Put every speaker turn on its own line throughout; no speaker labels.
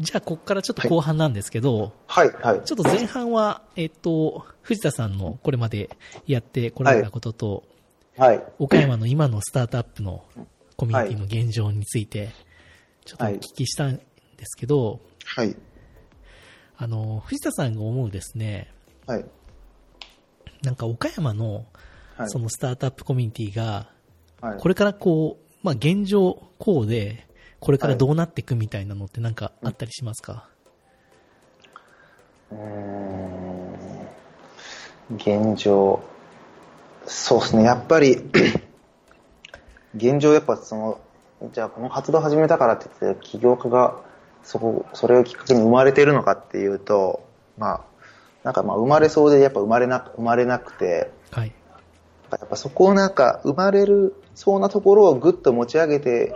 じゃあ、ここからちょっと後半なんですけど、
はい、はい。
ちょっと前半は、えっと、藤田さんのこれまでやってこられたことと、
はい。
岡山の今のスタートアップのコミュニティの現状について、ちょっとお聞きしたんですけど、
はい。
あの、藤田さんが思うですね、
はい。
なんか岡山の
はい。
そのスタートアップコミュニティが、
はい、
これからこう、まあ現状こうで、これからどうなっていくみたいなのってなんかあったりしますか、
うーん現状、そうですね、やっぱり、現状やっぱその、じゃあこの活動を始めたからって言って、起業家がそこ、それをきっかけに生まれてるのかっていうと、まあ、なんかまあ生まれそうでやっぱ生まれなく、生まれなくて、
はい。
やっぱそこをなんか生まれるそうなところをぐっと持ち上げて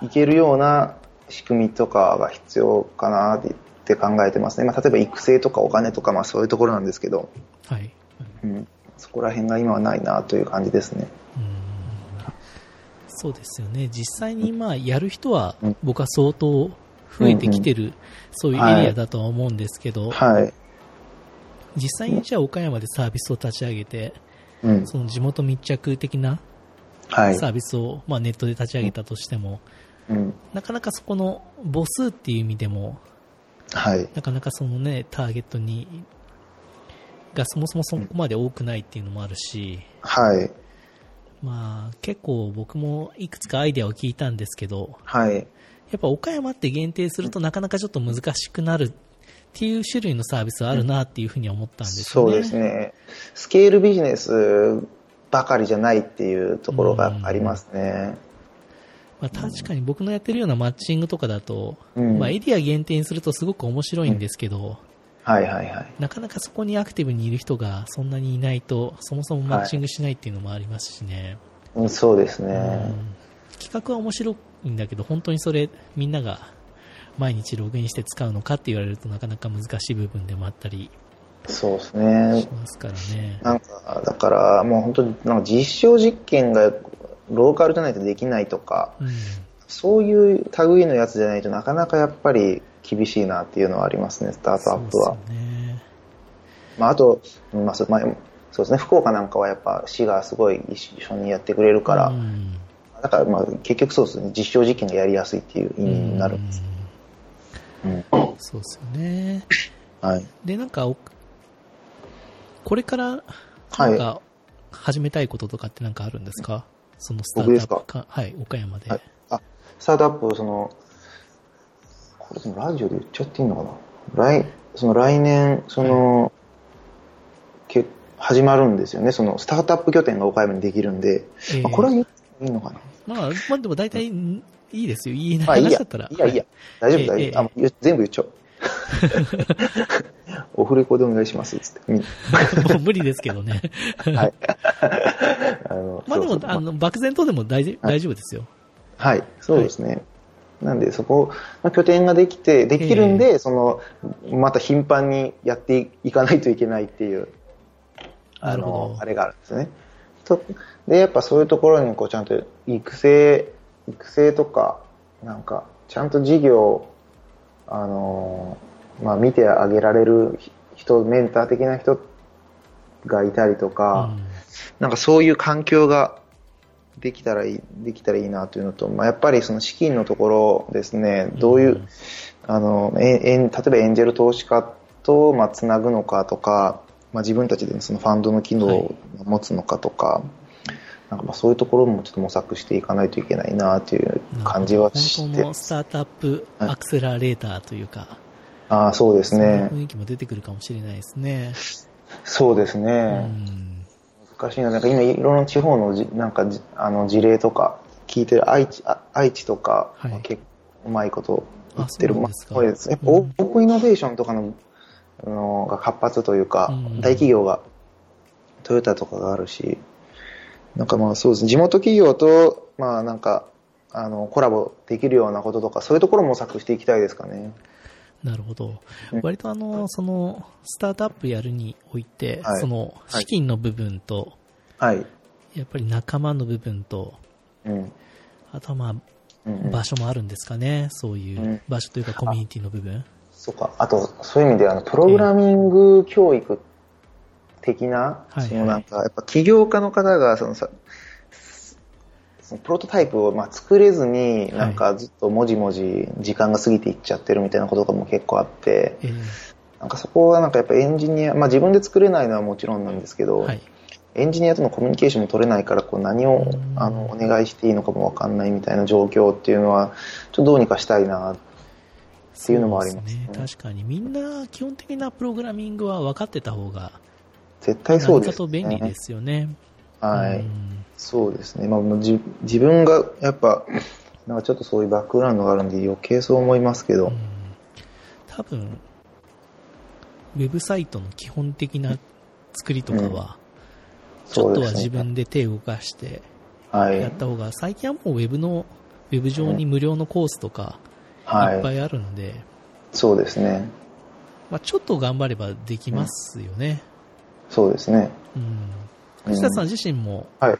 いけるような仕組みとかが必要かなって考えてますね。まあ、例えば育成とかお金とか、まあそういうところなんですけど、
はい。
うん、そこら辺が今はないなという感じですね。
うんそうですよね。実際にまあやる人は
うん
僕は相当増えてきてる、そういうエリアだとは思うんですけど、
はい。
実際にじゃあ岡山でサービスを立ち上げて、
うん。
その地元密着的な
はい。
サービスをまあネットで立ち上げたとしても、
うん。
なかなかそこの母数っていう意味でも、
はい。
なかなかそのね、ターゲットに、がそもそもそこまで多くないっていうのもあるし、
はい。
まあ結構僕もいくつかアイデアを聞いたんですけど、
はい。
やっぱ岡山って限定するとなかなかちょっと難しくなるっていう種類のサービスはあるなっていうふうに思ったんですよ
そ
ね。
うですね。スケールビジネスばかりじゃないっていうところがありますね。
まあ、確かに僕のやってるようなマッチングとかだと、
うん
まあエリア限定にするとすごく面白いんですけど、
はいはいはい。
なかなかそこにアクティブにいる人がそんなにいないと、そもそもマッチングしないっていうのもありますしね。
うん、そうですね。
うん企画は面白いんだけど、本当にそれみんなが毎日ログインして使うのかって言われるとなかなか難しい部分でもあったり
そうですね
し。ますからね。
なんか、だから、もう本当に、なんか実証実験がローカルじゃないとできないとか、
うん、
そういう類のやつじゃないとなかなかやっぱり厳しいなっていうのはありますね、スタートアップは。
そうですよね。
まあ、あと、まあそうまあ、そうですね、福岡なんかはやっぱ市がすごい一緒にやってくれるから、
うん
だからまあ結局そうですね、実証実験がやりやすいっていう意味になるんです。うん
うんそうですよね。
はい。
で、なんかお、これから、
は
なん
い。
か、始めたいこととかってなんかあるんですか、そのスター
僕です
トア
か
ップか、はい、岡山で。
はいあ、スタートアップ、その、これでもラジオで言っちゃっていいのかな来、その来年、その、け始まるんですよね。その、スタートアップ拠点が岡山にできるんで、
えー
まあこれは言ってもいいのかな
まあ、まあでも大体、いいですよ。いいな
まあいい
話
や。
だったら。
いいや、いいや。大丈夫、
ええ
大丈夫。あもう全部言っちゃ おう。 お振り子でお願いします、つって。みん
はい。 もう無理ですけど ね。
な はい。あの
まあで
そ
も
う、そう
あの、漠然とでも大丈夫大丈夫ですよ。
はい、そうですね。なんで、そこの拠点ができて、できるんで、その、また頻繁にやっていかないといけないっていう、あ
なるほ
の
ど、
あれがあるんですね。とで、やっぱそういうところに、こう、ちゃんと育成、育成とか、なんか、ちゃんと事業を、あの、まあ、見てあげられる人、メンター的な人がいたりとか、
うん
なんかそういう環境ができたらいい、できたらいいなというのと、まあ、やっぱりその資金のところですね、どういう、
うん
あの、ええん例えばエンジェル投資家と、まあ、つなぐのかとか、まあ、自分たちでそのファンドの機能を持つのかとか、なんかまあそういうところもちょっと模索していかないといけないなという感じはし
本
て
当、のスタートアップアクセラレーターというか、
ああ、そうです
そんな
ね。
雰囲気も出てくるかもしれないですね。
そうです
う
ね。
ん。
難しいな。なんか今、いろんな地方のじ、なんかじ、あの、事例とか、聞いてる愛知、あ愛知とか、
はい
まあ結構うまいこと言ってる。
あそうな
ま
んですか
そうです。やっぱ、
うん
オープンイノベーションとかの、あの、が活発というか、
うん
大企業が、トヨタとかがあるし、なんかまあそうですね、地元企業と、まあなんか、あの、コラボできるようなこととか、そういうところも模索していきたいですかね。
なるほど
うん。
割とあの、その、スタートアップやるにおいて、
はい
その、
はい
資金の部分と、
はい。
やっぱり仲間の部分と、
うん。
あとはまあ、
うんうん
場所もあるんですかね、そういううん場所というかコミュニティの部分。
そうか。あと、そういう意味で、あの、プログラミング教育的な、
はい
そのなんか、やっぱ起業家の方が、そのさ、そのプロトタイプをまあ作れずに、
い
なんかずっともじもじ時間が過ぎていっちゃってるみたいなこととかも結構あって、
えー
なんかそこはなんかやっぱエンジニア、まあ自分で作れないのはもちろんなんですけど、
はい。
エンジニアとのコミュニケーションも取れないから、こう何を
うん
あのお願いしていいのかもわかんないみたいな状況っていうのは、ちょっとどうにかしたいなっていうのもあります
そうですね。確かにみんな基本的なプログラミングは分かってた方が、
絶対そ
何
うで
か
す、
と便利ですよね。
はい、
うん
そうですね、まあ、もうじ自分がやっぱ、なんかちょっとそういうバックグラウンドがあるんで、余計そう思いますけど、
うん多分、ウェブサイトの基本的な作りとかは、ちょ
そ
っ
う
と
で
は
すね、
自分で手を動かして
はい、
やった方が、最近はもうウェブの、ウェブ上に無料のコースとかいっぱ
はい、
いあるので、
そうですね、
まあ、ちょっと頑張ればできますよね。
そうですね、
うん。
うん
藤田さん自身も、
はい、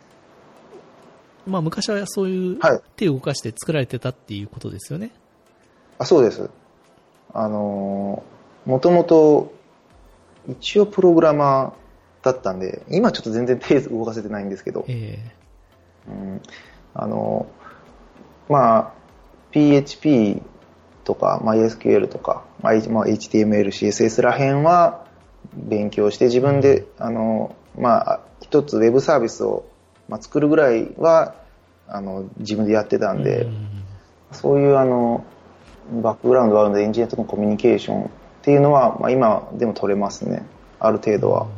まあ昔はそういう
はい、
手を動かして作られてたっていうことですよね。
あそうです、あのー、もともと一応プログラマーだったんで、今ちょっと全然手動かせてないんですけど、
え
うん、あのまあ PHP とか MySQL とか、まあ H- まあ HTML、CSS ら辺は勉強して自分であの、まあ、一つウェブサービスを、まあ、作るぐらいはあの自分でやってた
え
んで、
うん
そういうあのバックグラウンドがあるのでエンジニアとのコミュニケーションっていうのは、まあ、今でも取れますねある程度は
うん、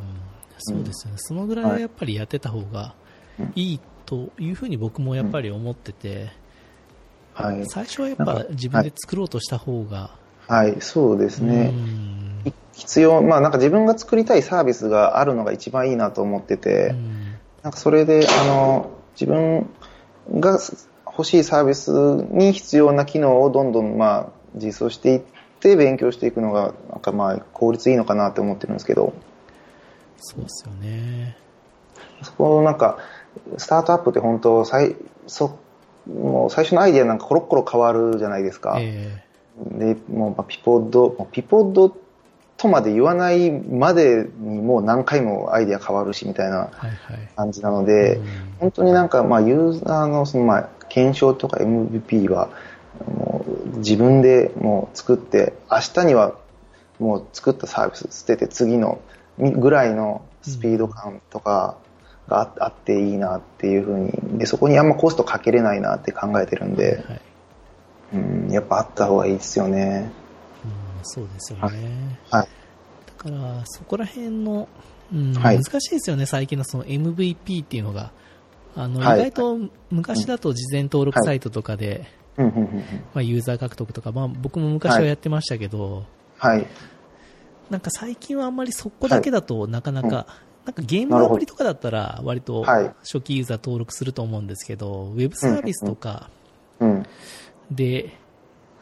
そうですよね、そのぐらいはやっぱりやってた方がいいというふうに僕もやっぱり思ってて、
はい
最初はやっ
なん
ぱ
か
自分で作ろうとした方が、
はい、そうですね、
うん
必要、まあなんか自分が作りたいサービスがあるのが一番いいなと思ってて、
うん
なんかそれで、あの、自分が欲しいサービスに必要な機能をどんどん、まあ、実装していって勉強していくのが、なんかまあ、効率いいのかなって思ってるんですけど、
そうですよね。
そこのなんか、スタートアップって本当、最、そ、もう最初のアイディアなんかコロッコロ変わるじゃないですか。
え
で、もうまあピポッド、もうピポッドとまで言わないまでにもう何回もアイデア変わるしみたいな
えはいはい。
感じなので、
うん
本当になんかまあユーザーのそのまあ検証とか MVP はもう自分でもう作って、明日にはもう作ったサービス捨てて次のみぐらいのスピード感とかがああっていいなっていうふうに、で、そこにあんまコストかけれないなって考えてるんで、
はい
うん、やっぱあった方がいいですよね。
うんそうですよね。
はい。
だから、そこら辺の、うん
はい
難しいですよね、最近のその MVP っていうのが。あの、
はい
意外と昔だと事前登録サイトとかで、
うんうんうんうん
まあ、ユーザー獲得とか、まあ、僕も昔はやってましたけど、
はい。
なんか最近はあんまりそこだけだとなかなか、
うん
なんかゲーム
なる
のア
ほど
プリとかだったら割と
はい
初期ユーザー登録すると思うんですけど、ウェブサービスとか
うん。
で、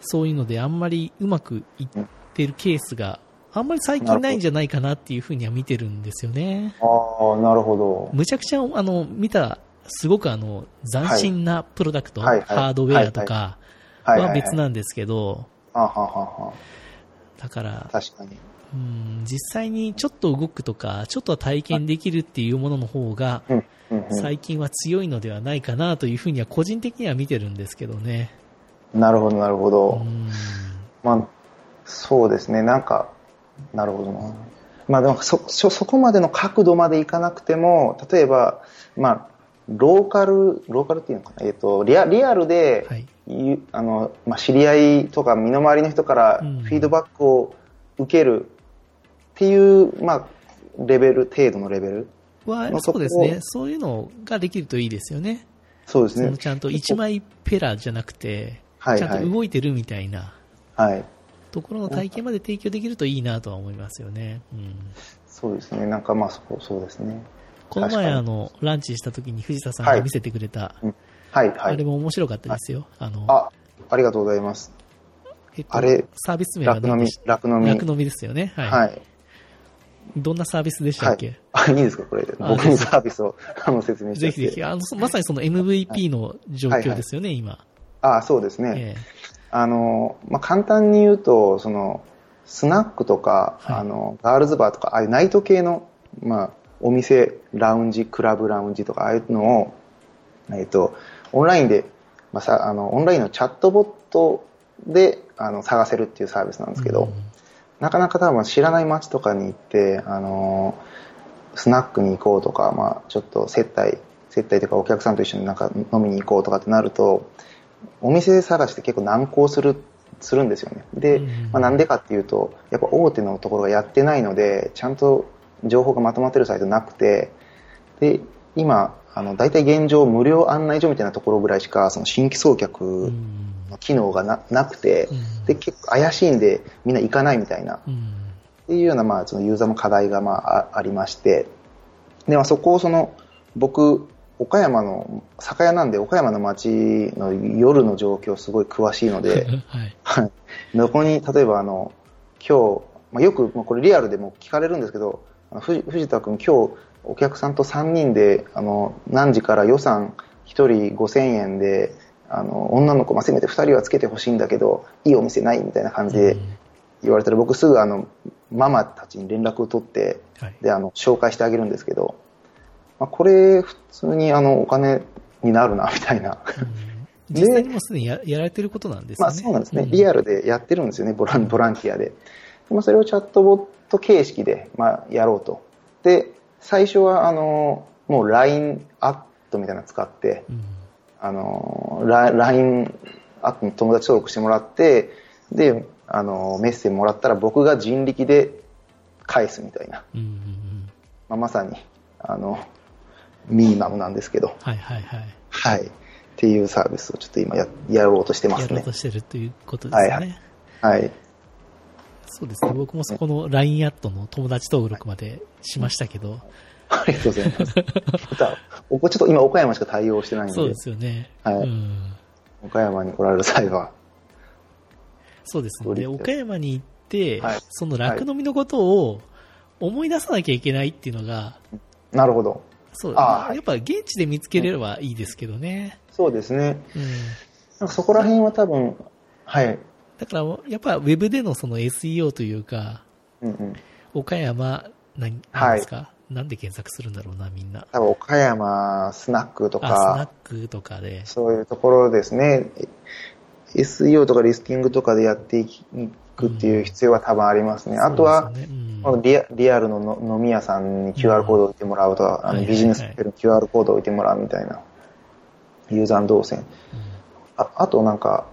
そういうのであんまりうまくいってるケースがあんまり最近ないんじゃないかなっていうふうには見てるんですよね。
ああ、なるほ
むちゃくちゃ、あの、見た、すごくあの、斬新なプロダクト、
はいはい
ハードウェアとか
ど。はいはい、
は
はい。
別なんですけど、
あはははは。
だから、
確かに。
うん実際にちょっと動くとか、ちょっとは体験できるっていうものの方が、
うん。うん、う
最近は強いのではないかなというふうには個人的には見てるんですけどね。
ん。なるほど、なるほ
う
ど。
ん
まあ、そうですね。なんか、なるほどな。まあでもそ、そ、そこまでの角度までいかなくても、例えば、まあ、ローカル、ローカルっていうのかな。えっ、と、リアリアルで、
はい。
ゆあのまあ、知り合いとか身の回りの人から
う
フ
ん
ィードバックを受けるっていう、まあ、レベル程度のレベル
は、
の
そ
と
う
こ
ですね。そういうのができるといいですよね。
そうです
その
ね
ちゃんと一枚ペラじゃなくて、
はい
ちゃ
は
ん
い
と動いてるみたいな
はい
ところの体験まで提供できるといいなとは思いますよね。うん
そうですねなんかまあそこそうですね
この
確
前、
かに
あの、ランチした時に藤田さんが見せてくれた、
はいは
あれ
い
も面白かったですよ。あの、
あありがとうございます
えっと
あれ
サービス名は
楽飲
何
み
でし
楽飲み
楽飲みですよね。はい。
はい
どんなサービスでしたっけ、
あいいですかこれ
あ
僕のサービスをあの説明し
ぜ
ちゃって
ひぜひ。あの、そまさにその MVP の状況ですよね、今。
ああ、そうですね。
ええ
あの、まあ、簡単に言うと、その、スナックとか、
はい
あの、ガールズバーとか、ああいうナイト系の、まあ、お店、ラウンジ、クラブラウンジとか、ああいうのを、えっと、オンラインで、まあ、さ、あの、オンラインのチャットボットで、あの、探せるっていうサービスなんですけど、なかなか多分知らない街とかに行って、あのースナックに行こうとか、まあ、ちょっと接待、接待というかお客さんと一緒になんか飲みに行こうとかってなると、お店探して結構難航する、するんですよね。で、
うん
まあ、なんでかっていうと、やっぱ大手のところがやってないので、ちゃんと情報がまとまってるサイトなくて、で、今、あの、大体現状無料案内所みたいなところぐらいしか、その新規
う
送
ん
客の機能がななくて
う、ん
で、結構怪しいんで、みんな行かないみたいな
うん
っていうような、まあ、そのユーザーも課題が、まあ、あありまして、で、まあ、そこをその、僕、岡山の、酒屋なんで、岡山の街の夜の状況すごい詳しいので、
はい。
はいどこに、例えばあの、今日、まあ、よく、まあ、これリアルでも聞かれるんですけど、あの藤藤田君、今日、お客さんと3人で、あの、何時から予算1人5000円で、あの、女の子、まあ、せめて2人はつけてほしいんだけど、いいお店ないみたいな感じで、
うん
言われたら僕すぐあのママたちに連絡を取って
はい
であの紹介してあげるんですけど、まあ、これ普通にあのお金になるな みたいな、
うん実際にもうすでにややられてることなんです
ま
よ
あ
ね。
そうなんですね、リアルでやってるんですよねボランボランティアで、まあ、それをチャットボット形式で、まあ、やろうとで最初はあのもう LINE アットみたいなの使って、
うん
あの、ラ LINE、あと友達登録してもらって、で、あの、メッセージもらったら僕が人力で返すみたいな。
うんうんうん
まあ、まさに、あの、ミニマムなんですけど、
はいはいはい。
はい。っていうサービスをちょっと今ややろうとしてま
や
す
ろう
ね
と。してるということですね。
はいはいはい。
そうですね。僕もそこの LINE アットの友達登録までしましたけど、
ありがとうござ います。また、おこちょっと今岡山しか対応してないんで、
そうですよね。
はい
うん
岡山に来られる際は、
そうです
ご
ね。
利
で、
用
岡山に行って、
はい
その楽飲みのことを思い出さなきゃいけないっていうのが、
なるほど。
そう、
あー
やっぱ現地で見つけれればいいですけどね。
そうですね。
うん
なんかそこら辺は多分、はい。
だから、やっぱウェブでのその SEO というか、
うんうん。
岡山、何
はい
ですか、なんで検索するんだろうな、みんな。
多分岡山スナックと
あ、スナッ
か、
クとかで。
そういうところですね。SEO とかリスティングとかでやっていくっていう必要は多分ありますね。あとは、
そうですよねうん
このリアリアルのの飲み屋さんに QR コードを置いてもらうとか、あ
はいはいは
の
い
ビジネスホテルに QR コードを置いてもらうみたいな、ユーザー動線。ああとなんか、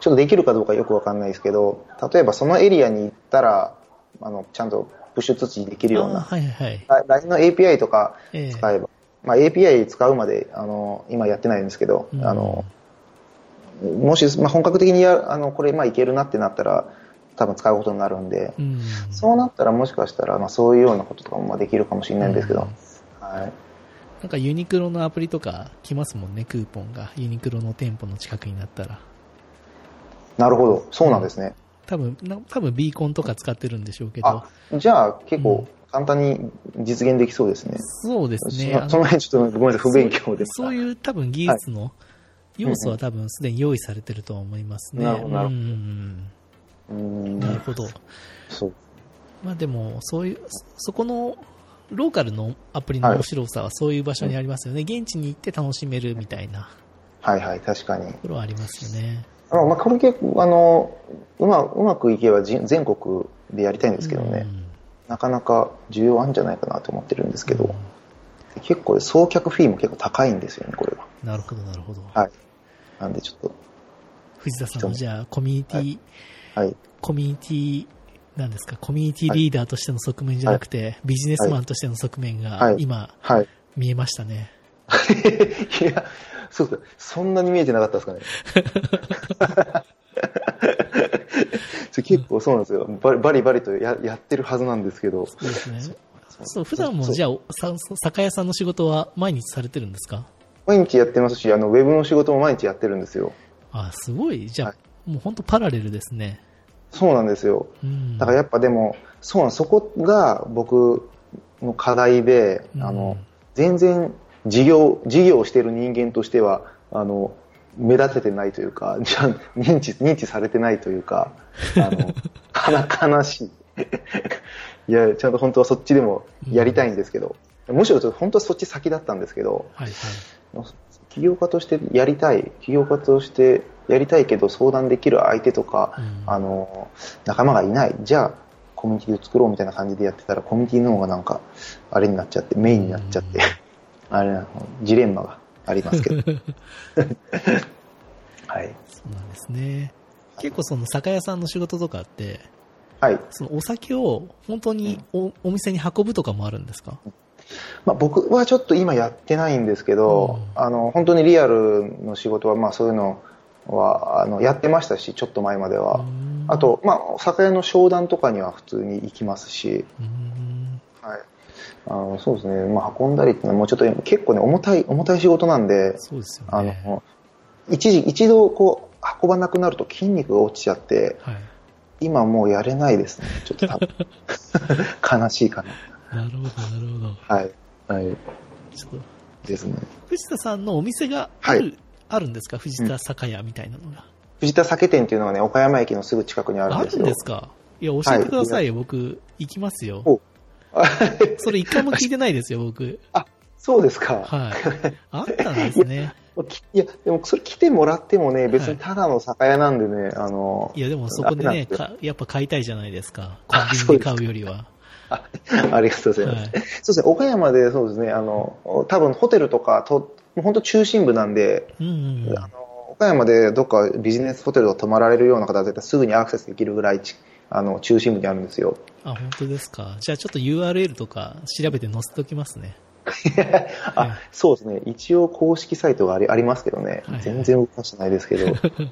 ちょっとできるかどうかよくわかんないですけど、例えばそのエリアに行ったら、あの、ちゃんとプッシュ通知できるよう
あ
な、
はいはいはい。
あ LINE の API とか
ええ
使えば、まあ、API 使うまであの今やってないんですけど、
うん
あのもし、まあ、本格的にやあのこれ、まあ、いけるなってなったら多分使うことになるんで、
うん。
そうなったらもしかしたら、まあ、そういうようなこととかもまあできるかもしれないんですけど、はい、
なんかユニクロのアプリとか来ますもんね、クーポンが。ユニクロの店舗の近くになったら。
なるほどそうなんですね、
多分、な多分ビーコンとか使ってるんでしょうけど
あ。じゃあ結構簡単に実現できそうですね、
そうですね。
そ
あ
の
の
その辺ちょっとごめんなさい不勉強で
そうそういう多分技術の要素は多分すでに用意されてると思いますね。
なるほどなるほど
うん
うーん
なるほど。
そう
まあでも、そういう、そそこの、ローカルのアプリの面白さはそういう場所にありますよね。現地に行って楽しめるみたいな
はいはい確かに
ところはありますよね。
あまあ、これ結構あのうまうまくいけばじ全国でやりたいんですけどね、なかなか需要あるんじゃないかなと思ってるんですけど、結構送客フィーも結構高いんですよねこれは
うんなるほど、なるほど。
はいなんでちょっと
藤田さんのじゃあ、コミュニティ、
はい
コミュニティ、なんですか、コミュニティリーダーとしての側面じゃなくて、ビジネスマンとしての側面
は
が
い
今、
はい
見えましたね。
いやそうですかそんなに見えてなかったですかね そう結構そうなんですよバリバリバリとややってるはずなんですけど
そうですね。
そう
そう、普段も
そう
じゃあ、さ酒屋さんの仕事は毎日されてるんですか
毎日やってますしあのウェブの仕事も毎日やってるんですよ
あ、すごい。じゃあ、
は
もう本当パラレルですね。
そうなんですよ
うん。
だからやっぱでも、そうなんそこが僕の課題で、
うん
あの、全然事業、事業をしている人間としては、あの、目立ててないというか、 じゃあ認知、認知されてないというか、あの、かな、悲し い。いや、ちゃんと本当はそっちでもやりたいんですけど、むしろちょっと本当はそっち先だったんですけど、
はいはい。
起業家としてやりたい、起業家としてやりたいけど相談できる相手とか、
うん
あの、仲間がいない。じゃあ、コミュニティを作ろうみたいな感じでやってたら、コミュニティの方がなんか、あれになっちゃって、メインになっちゃって、 あれなの、ジレンマがありますけ ど。は
そ
い。
うなんですね。結構その酒屋さんの仕事とかって、
はい。
そのお酒を本当におお店に運ぶとかもあるんですか
まあ、僕はちょっと今やってないんですけど、
うん
あの本当にリアルの仕事は、まあ、そういうのはあのやってましたしちょっと前までは、
うん
あと、まあ、酒屋の商談とかには普通に行きますし、
うん
はい、あのそうですね、まあ、運んだりっていうのはもうちょっと結構ね重たい重たい仕事なんで
そうですよ
あ
ね。
の一時一度こう運ばなくなると筋肉が落ちちゃって
はい。
今もうやれないですねちょっと多分 悲しいかな
なるほど、なるほど。
はい、はい、
ちょっと
ですね
藤田さんのお店がある,、
は
あるんですか藤田酒屋みたいなのが。
藤田酒店っていうのはね、岡山駅のすぐ近くにあるん
あ
です
る
よ。
んですかいや、教えてくださいよ。僕、行きますよ。
お
それ一回も聞いてないですよ、 僕。
そうですか。
はい。あったんですね。
きいや、でもそれ来てもらってもね、別
はい
にただの酒屋なんでね、あの
い、や、でもそこで
あれ
ね、
なんです
かやっぱ買いたいじゃないですか。コン
あ
ビニで買うよりは。
あありがとうございます。
はい
そうですね、岡山でそうですね、あの、多分ホテルとかと、もう本当中心部なんで、
うんうんうん。
あの岡山でどっかビジネスホテルを泊まられるような方は絶対すぐにアクセスできるぐらいちあの中心部にあるんですよ。
あ、本当ですか。じゃあちょっと URL とか調べて載せときますね。
あ、そうですね。一応公式サイトがありありますけどね、
はい
全然動かしてないです けど、
えー、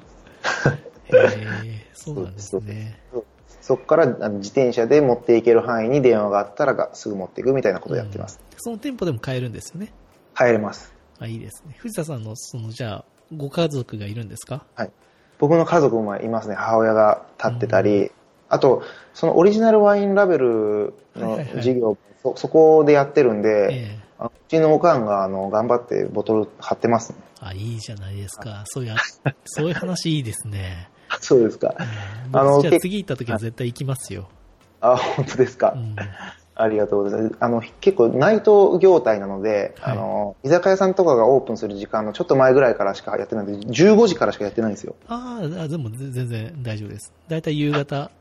そうなんですね。
そこからあの自転車で持っていける範囲に電話があったらがすぐ持っていくみたいなことをやってます。
その店舗でも買えるんですよね。
入れます。
あ、いいですね。藤田さんの、その、じゃあ、ご家族がいるんですか
はい。僕の家族もいますね。母親が立ってたり、あと、そのオリジナルワインラベ
は
ル
い
の
はいはい
事業、そそこでやってるんで、
ええ
あのうちのおかんがあの頑張ってボトル貼っ てますね。
あ、いいじゃないですか。そういう、そういう話いいですね。
そうですか。
うん
あの
じゃあ
け
次行った時は絶対行きますよ。
あ、本当ですか。
うん。
ありがとうございます。あの、結構内藤業態なので、
はい
あの、居酒屋さんとかがオープンする時間のちょっと前ぐらいからしかやってないんで、15時からしかやってないんですよ。
あーあ、でも全全然大丈夫です。だいたい夕方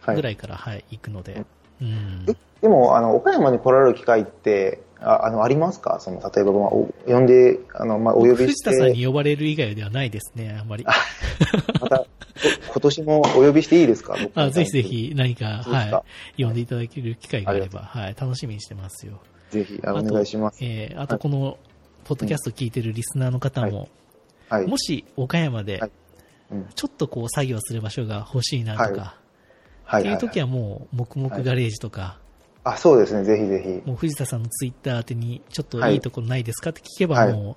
はい
ぐらいから、はい、行くので。うん。
えでもあの岡山に来られる機会ってああのありますかその例えば、まあ、お呼んであの、まあ、お呼びし
藤田さん
て
に呼ばれる以外ではないですね、あんまり。
また お今年もお呼びしていいですか僕
あぜひぜひ何か、
そうですか
はい、呼んでいただける機会があれ
あり
ば、はい、楽しみにしてますよ。
ぜひあ
あ
のお
と
願いします、
えーあとこの、ポッドキャスト聞いてるリスナーの方も、
はい
もし岡山で
はいうん、
ちょっとこう作業する場所が欲しいなとか、
は
っていう時
は
はもう、黙々ガレージとか、
あそうですねぜひぜひ
もう藤田さんのツイッター宛てに、ちょっと
はいい
いところないですかって聞けば、
はい
もう、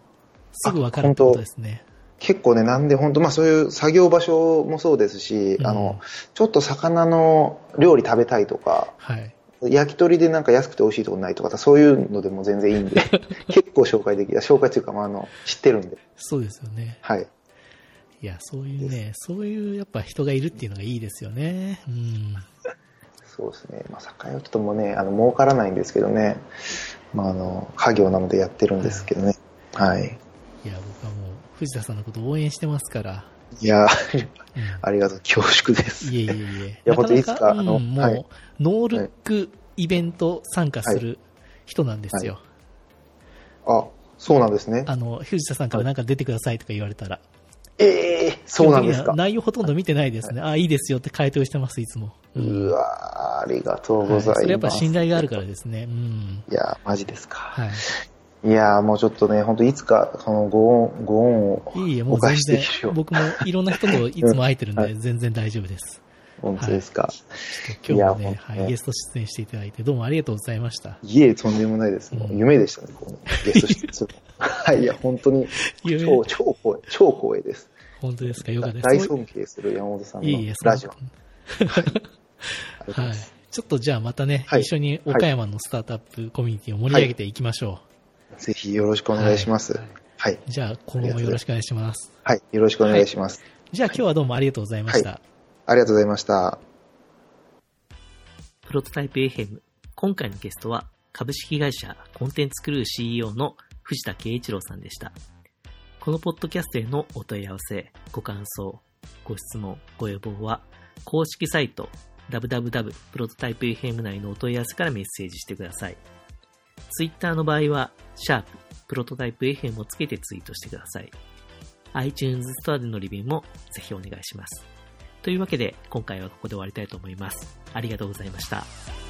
すぐわかるってことですね。
結構ねなんで本当まあそういう作業場所もそうですし、
うん
あのちょっと魚の料理食べたいとか
はい。
焼き鳥でなんか安くて美味しいとこないとかそういうのでも全然いいん で結構紹介できる紹介というか、まあ、あの知ってるんで
そうですよね。
はい
いや、そういうね、そういうやっぱ人がいるっていうのがいいですよね。うん。
そうですね、まあ、酒屋はちょっともうね、あの儲からないんですけどね、まあ、あの家業なのでやってるんですけどね、はい、
いや、僕はもう、藤田さんのこと応援してますから。
いや ー、
うん
ありがとう、恐縮です。
いえいえいえ。
やほんといつか
な
あ
な
の
うんもう、
はい
ノールックイベント参加する人なんですよ。
あそうなんですね、
あの、藤田さんからなんか出てくださいとか言われたら。
えー、そうなんで
基本的
すか
には、内容ほとんど見てないですね。あ、いいですよって回答してます、いつも。うん
うわー、ありがとう
は
ご
い
ざ
それや
い
っぱ
ます。
信頼があるからですね。うん。
いやー、マジですか。
はい。
いやー、もうちょっとね、本当いつか、そのご恩、ご恩を
いえいえ、も
お
う全
返しで
然
きる、よう、
僕もいろんな人といつも会えてるん
うんは
で、全然大丈夫です。
本当ですか。
今日も
いや
ね、
ほんと
は
ね
い、ゲスト出演していただいて、どうもありがとうございました。
いえ、とんでもないです。もう夢でしたね、このゲスト出 演するの はい、いや、本当に、
夢
超、超光栄、超光栄です。
本当ですか、よかった
大
です。
尊敬する山本さん
いえいえ
の、
そんな
ラジオ。ありがとうござい
はい
ます。
ちょっとじゃあまたね、
はい
一緒に岡山のスタートアップコミュニティを盛り上げていきましょう。
ぜひよろしくお願いします。はい。はい。
じゃあ、今後もよろしくお願いします。
はい。よろしくお願いします。
じゃあ、今日はどうもありがとうございました。
ありがとうございました。
プロトタイプ FM。今回のゲストは、株式会社コンテンツクルー CEO の藤田圭一郎さんでした。このポッドキャストへのお問い合わせ、ご感想、ご質問、ご要望は、公式サイト www.prototypefm 内のお問い合わせからメッセージしてください。Twitter の場合は、シャーププロトタイプ FM をつけてツイートしてください。iTunes ストアでのリビューもぜひお願いします。というわけで、今回はここで終わりたいと思います。ありがとうございました。